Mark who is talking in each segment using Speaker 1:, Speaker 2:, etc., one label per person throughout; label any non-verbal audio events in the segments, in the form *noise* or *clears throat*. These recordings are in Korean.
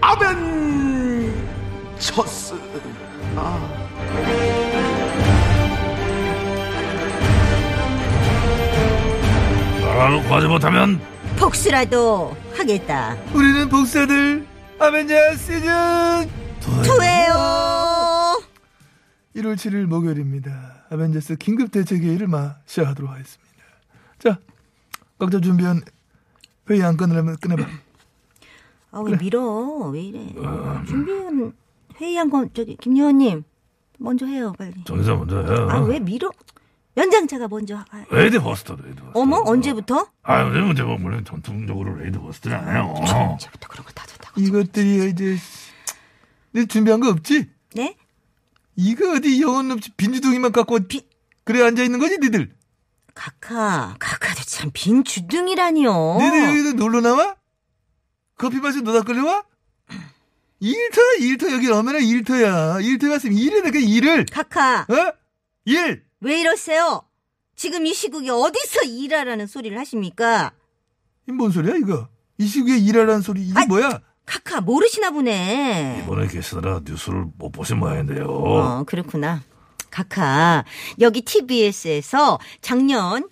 Speaker 1: 아벤처스.
Speaker 2: 나라로 구하지 못하면
Speaker 3: 복수라도 하겠다.
Speaker 4: 우리는 복사들 아벤자 시즌
Speaker 3: 투예요.
Speaker 4: 1월 7일 목요일입니다. 아벤자스 긴급 대책회의를 마시하도록 하겠습니다. 자, 각자 준비한 회의 안 끊으려면 끊어봐.
Speaker 3: 아, 왜 밀어? 왜 이래? 준비한 회의한 건 저기 김 의원님 먼저 해요, 빨리.
Speaker 2: 정의사 먼저 해.
Speaker 3: 아, 왜 밀어? 연장자가 먼저. 하-
Speaker 2: 레이드 버스터, 레이드 버스터.
Speaker 3: 어머, 언제부터?
Speaker 2: 아, 요즘은 제가 원래 전통적으로 레이드 버스터를 안 해요.
Speaker 3: 언제부터 그런 거 다 된다고.
Speaker 4: 이것들이 이제 네 준비한 거 없지?
Speaker 3: 네?
Speaker 4: 이거 어디 영혼 없이 빈주둥이만 갖고 비... 그래 앉아 있는 거지 니들?
Speaker 3: 카카, 카카도 참 빈 주둥이라니요.
Speaker 4: 니들 여기서 놀러 나와? 커피 마시고 노다 끌려와? 일터야 일터 여기 오면은 일터야 일터 갔으면 일해야 돼 일을
Speaker 3: 카카,
Speaker 4: 어? 일
Speaker 3: 왜 이러세요? 지금 이 시국에 어디서 일하라는 소리를 하십니까?
Speaker 4: 이 뭔 소리야 이거? 이 시국에 일하라는 소리 이게
Speaker 3: 아이,
Speaker 4: 뭐야?
Speaker 3: 카카 모르시나 보네.
Speaker 2: 이번에 계시느라 뉴스를 못 보신 모양인데요.
Speaker 4: 뭐?
Speaker 3: 어, 그렇구나. 카카, 여기 TBS에서 작년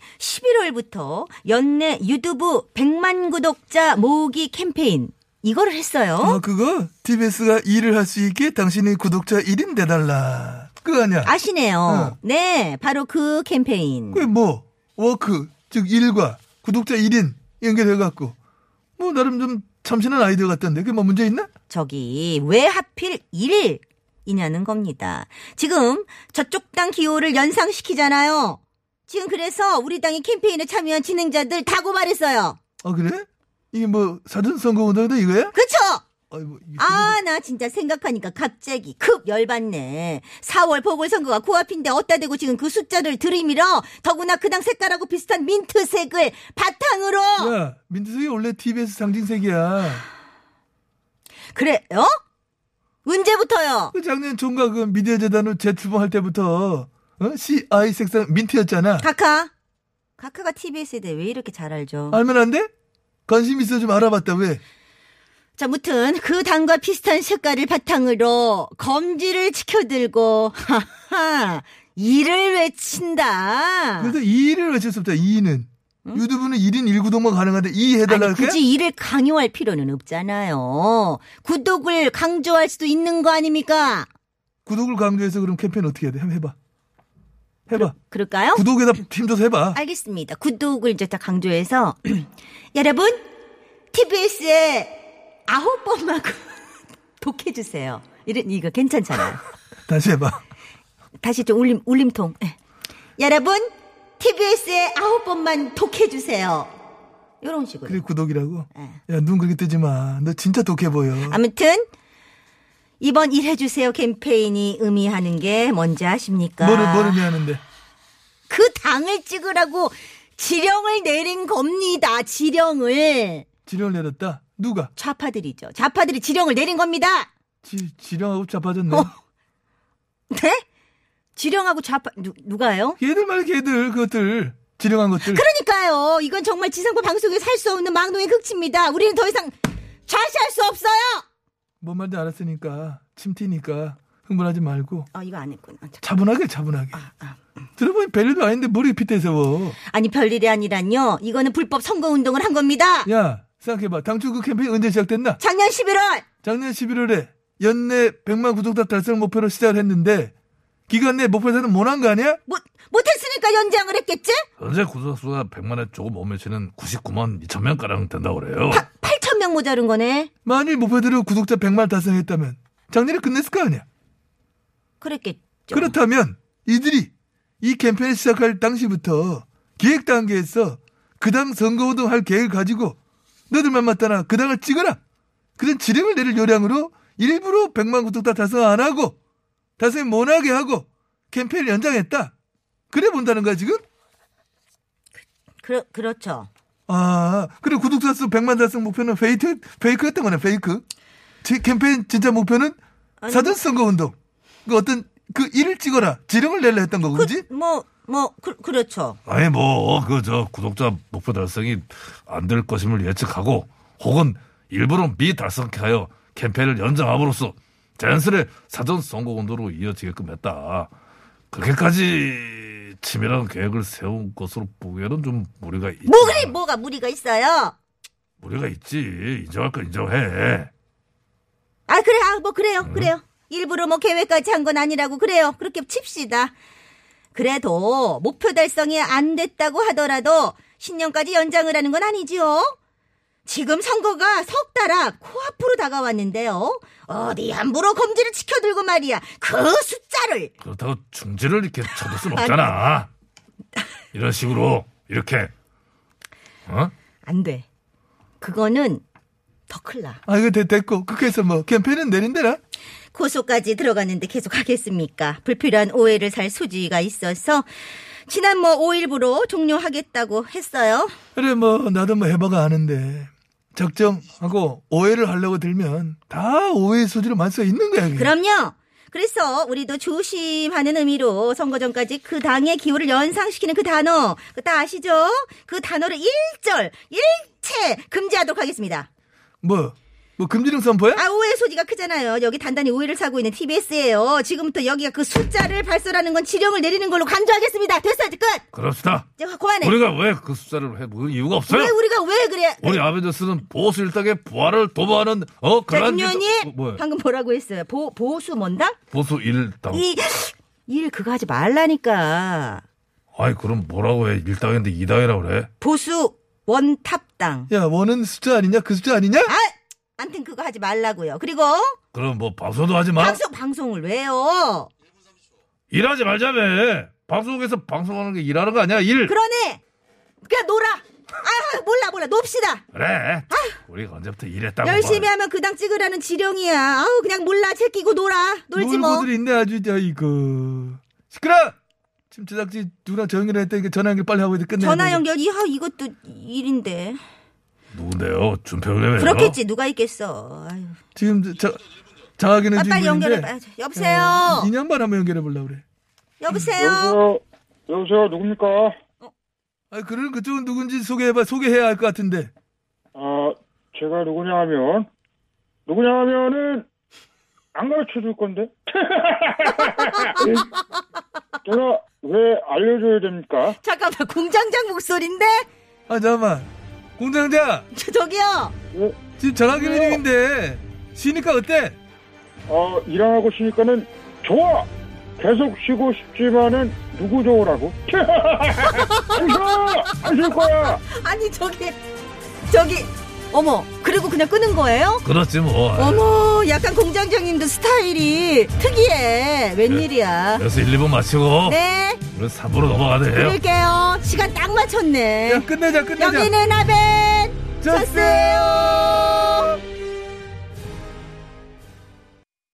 Speaker 3: 11월부터 연내 유튜브 100만 구독자 모으기 캠페인, 이거를
Speaker 4: 아
Speaker 3: 했어요.
Speaker 4: 그거 TBS가 일을 할 수 있게 당신의 구독자 1인 돼달라 그거 아니야?
Speaker 3: 아시네요.
Speaker 4: 어.
Speaker 3: 네, 바로 그 캠페인.
Speaker 4: 그게 뭐 워크 즉 일과 구독자 1인 연결해갖고 뭐 나름 좀 참신한 아이디어 같던데 그게 뭐 문제 있나?
Speaker 3: 저기, 왜 하필 1일? 이냐는 겁니다. 지금 저쪽 당 기호를 연상시키잖아요. 지금 그래서 우리 당이 캠페인에 참여한 진행자들 다 고발했어요.
Speaker 4: 아 그래? 이게 뭐 사전 선거 운동이다 이거야?
Speaker 3: 그쵸?
Speaker 4: 아이고, 이게
Speaker 3: 아, 나 진짜 생각하니까 갑자기 급 열받네. 4월 보궐선거가 코앞인데 어따 대고 지금 그 숫자를 들이밀어 더구나 그당 색깔하고 비슷한 민트색을 바탕으로
Speaker 4: 야 민트색이 원래 TBS 상징색이야.
Speaker 3: 그래요? 언제부터요?
Speaker 4: 그 작년 총각 그 미디어 재단으로 재출범할 때부터 어? CI 색상 민트였잖아.
Speaker 3: 카카 카카가 TBS에 대해 왜 이렇게 잘 알죠?
Speaker 4: 어. 알면 안 돼? 관심 있어 좀 알아봤다 왜?
Speaker 3: 자, 무튼 그 당과 비슷한 색깔을 바탕으로 검지를 치켜들고 *laughs* 하하 이를 외친다.
Speaker 4: 그래서 2인을 외칠 수 없다 2인은 유튜브는 1인 1구독만 가능한데 2 해달라
Speaker 3: 아니,
Speaker 4: 할게?
Speaker 3: 굳이 이를 강요할 필요는 없잖아요. 구독을 강조할 수도 있는 거 아닙니까?
Speaker 4: 구독을 강조해서 그럼 캠페인 어떻게 해야 돼? 한번 해봐 해봐
Speaker 3: 그럴까요? 어?
Speaker 4: 구독에다 힘줘서 해봐
Speaker 3: 알겠습니다. 구독을 이제 다 강조해서 *clears throat* 여러분 TBS에 아홉 번만 구- *laughs* 독해주세요. 이런 이거 괜찮잖아요.
Speaker 4: 다시 해봐
Speaker 3: 다시 좀 울림 울림통. 예. 여러분 TBS에 아홉 번만 독해주세요. 이런 식으로.
Speaker 4: 그래 구독이라고?
Speaker 3: 예.
Speaker 4: 야 눈 그렇게 뜨지 마너 진짜 독해 보여
Speaker 3: 아무튼 이번 일해주세요 캠페인이 의미하는 게 뭔지 아십니까?
Speaker 4: 뭐를 뭐를 미안한데
Speaker 3: 그 당을 찍으라고 지령을 내린 겁니다. 지령을
Speaker 4: 지령을 내렸다 누가?
Speaker 3: 좌파들이죠. 좌파들이 지령을 내린 겁니다.
Speaker 4: 지, 지령하고 잡아졌네
Speaker 3: 어? 네? 지령하고 좌파 누, 누가요?
Speaker 4: 걔들 말이야 걔들 그것들 지령한 것들
Speaker 3: 그러니까요. 이건 정말 지상파 방송에 살 수 없는 망동의 극치입니다. 우리는 더 이상 좌시할 수 없어요.
Speaker 4: 뭔 말인지 알았으니까 침튀니까 흥분하지 말고
Speaker 3: 아 이거 안 했구나. 아, 참.
Speaker 4: 차분하게 차분하게 들어보니 별일도 아닌데 머리 핏대 세워
Speaker 3: 아니 별일이 아니란요. 이거는 불법 선거 운동을 한 겁니다.
Speaker 4: 야 생각해봐 당초 그 캠페인 언제 시작됐나
Speaker 3: 작년 11월
Speaker 4: 작년 11월에 연내 100만 구독자 달성 목표로 시작을 했는데 기간 내 목표 달성 못한 거 아니야?
Speaker 3: 뭐, 못 못했으니까 연장을 했겠지?
Speaker 2: 현재 구독자 수가 100만에 조금 못 미치는 99만 2천 명가량 된다고 그래요.
Speaker 3: 8천 명 모자른 거네.
Speaker 4: 만일 목표대로 구독자 100만 달성했다면 작년에 끝냈을 거 아니야
Speaker 3: 그랬겠죠.
Speaker 4: 그렇다면 이들이 이 캠페인을 시작할 당시부터 기획 단계에서 그당 그 선거운동 할 계획을 가지고 너들만 맞다나 그당을 찍어라 그런 지령을 내릴 요량으로 일부러 100만 구독자 달성 안 하고 달성이 못하게 하고 캠페인을 연장했다. 그래 본다는 거야 지금?
Speaker 3: 그러, 그렇죠.
Speaker 4: 아 그래 구독자 수 100만 달성 목표는 페이크 페이크였던 거네 페이크. 제 캠페인 진짜 목표는
Speaker 3: 아니,
Speaker 4: 사전 선거 운동. 그 어떤 그 일을 찍어라 지령을 내려 했던 거 그지?
Speaker 3: 뭐, 뭐, 그, 그렇죠.
Speaker 2: 아니 뭐 그 저 구독자 목표 달성이 안 될 것임을 예측하고 혹은 일부러 미달성하여 캠페인을 연장함으로써 자연스레 사전 선거 운동으로 이어지게끔 했다. 그렇게까지 치밀한 계획을 세운 것으로 보기에는 좀 무리가 있.
Speaker 3: 뭐, 그래, 뭐가 무리가 있어요?
Speaker 2: 무리가 있지. 인정할 건 인정해.
Speaker 3: 아, 그래, 아, 뭐, 그래요, 그래요. 일부러 뭐 계획까지 한 건 아니라고, 그래요. 그렇게 칩시다. 그래도 목표 달성이 안 됐다고 하더라도 신년까지 연장을 하는 건 아니지요. 지금 선거가 석 달 앞 코앞으로 다가왔는데요. 어디 함부로 검지를 치켜들고 말이야. 그 숫자를.
Speaker 2: 그렇다고 중지를 이렇게 쳐둘 순 없잖아. 이런 식으로 이렇게 어?
Speaker 3: 안 돼. 그거는 더 클라.
Speaker 4: 아 이거 됐, 됐고 국회에서 뭐 캠페인은 내린대라.
Speaker 3: 고소까지 들어갔는데 계속 하겠습니까? 불필요한 오해를 살 소지가 있어서 지난 뭐 5일부로 종료하겠다고 했어요.
Speaker 4: 그래 뭐 나도 뭐 해봐가 아는데 적정하고 오해를 하려고 들면 다 오해의 소지로 만써 있는 거야. 그게.
Speaker 3: 그럼요. 그래서 우리도 조심하는 의미로 선거 전까지 그 당의 기호를 연상시키는 그 단어, 그다 아시죠? 그 단어를 일절 일체 금지하도록 하겠습니다.
Speaker 4: 뭐? 뭐 금지령 선포야?
Speaker 3: 아 오해 소지가 크잖아요. 여기 단단히 오해를 사고 있는 TBS예요. 지금부터 여기가 그 숫자를 발설하는 건 지령을 내리는 걸로 간주하겠습니다. 됐어요, 끝.
Speaker 2: 그럽시다.
Speaker 3: 이제 고만해.
Speaker 2: 우리가 왜 그 숫자를 해? 그 이유가 없어요.
Speaker 3: 왜 우리가 왜 그래?
Speaker 2: 우리 아벤져스는 보수 일당의 부활을 도모하는 어
Speaker 3: 자,
Speaker 2: 그런
Speaker 3: 김
Speaker 2: 어,
Speaker 3: 의원님
Speaker 2: 뭐야?
Speaker 3: 방금 뭐라고 했어요? 보, 보수 뭔다?
Speaker 2: 보수 일당.
Speaker 3: 이, 일 그거 하지 말라니까.
Speaker 2: 아이 그럼 뭐라고 해? 일당인데 이당이라고 그래?
Speaker 3: 보수 원탑당.
Speaker 4: 야 원은 숫자 아니냐? 그 숫자 아니냐?
Speaker 3: 아, 암튼 그거 하지 말라고요. 그리고
Speaker 2: 그럼 뭐 방송도 하지 마.
Speaker 3: 방송 방송을 왜요?
Speaker 2: 일하지 말자며. 방송에서 방송하는 게 일하는 거 아니야? 일.
Speaker 3: 그러네. 그냥 놀아. 아, 몰라 몰라. 놉시다.
Speaker 2: 래 우리가 언제부터 일했다고?
Speaker 3: 아! 열심히
Speaker 2: 말해.
Speaker 3: 하면 그 당 찍으라는 지령이야. 아우 그냥 몰라. 제끼고 놀아. 놀지 뭐.
Speaker 4: 놀고들 있네 아주 야 이거 시끄러. 지금 제작진 누구랑 전화를 했다니까 전화 연결 빨리 하고 이제 끝내.
Speaker 3: 전화 연결 이하 이것도 일인데.
Speaker 2: 누군데요? 준표그램에요
Speaker 3: 그렇겠지. 누가 있겠어. 아유.
Speaker 4: 지금 저- 저 장학이는
Speaker 3: 아,
Speaker 4: 지금
Speaker 3: 빨리 연결해
Speaker 4: 있는데,
Speaker 3: 봐. 여보세요.
Speaker 4: 어, 인연반 한번 연결해 보려고 그래.
Speaker 3: 여보세요.
Speaker 5: 여보세요? 어, 여보세요? 누굽니까?
Speaker 4: 아 그러는 그쪽은 누군지 소개해봐 소개해야 할 것 같은데.
Speaker 5: 아, 제가 누구냐 하면, 누구냐 하면은, 안 가르쳐 줄 건데? *laughs* 제가 왜 알려줘야 됩니까?
Speaker 3: 잠깐만 *laughs* 공장장 목소리인데
Speaker 4: 아 잠깐만 공장장
Speaker 3: 저, 저기요
Speaker 5: 왜,
Speaker 4: 지금 전화기는 중인데 쉬니까 어때?
Speaker 5: 어, 일하고 쉬니까는, 좋아! 계속 쉬고 싶지만은, 누구 좋으라고? *laughs* 안 쉬어! 안쉴 거야!
Speaker 3: 아니 저기 저기 어머 그리고 그냥 끄는 거예요?
Speaker 2: 그렇지 뭐.
Speaker 3: 어머 약간 공장장님도 스타일이 특이해 웬일이야
Speaker 2: 그래서 1, 2분 마치고
Speaker 3: 네
Speaker 2: 우리 3부로 넘어가네요.
Speaker 3: 그럴게요 시간 딱
Speaker 4: 야
Speaker 3: 맞췄네
Speaker 4: 끝내자 끝내자
Speaker 3: 여기는 아벤 쳤어요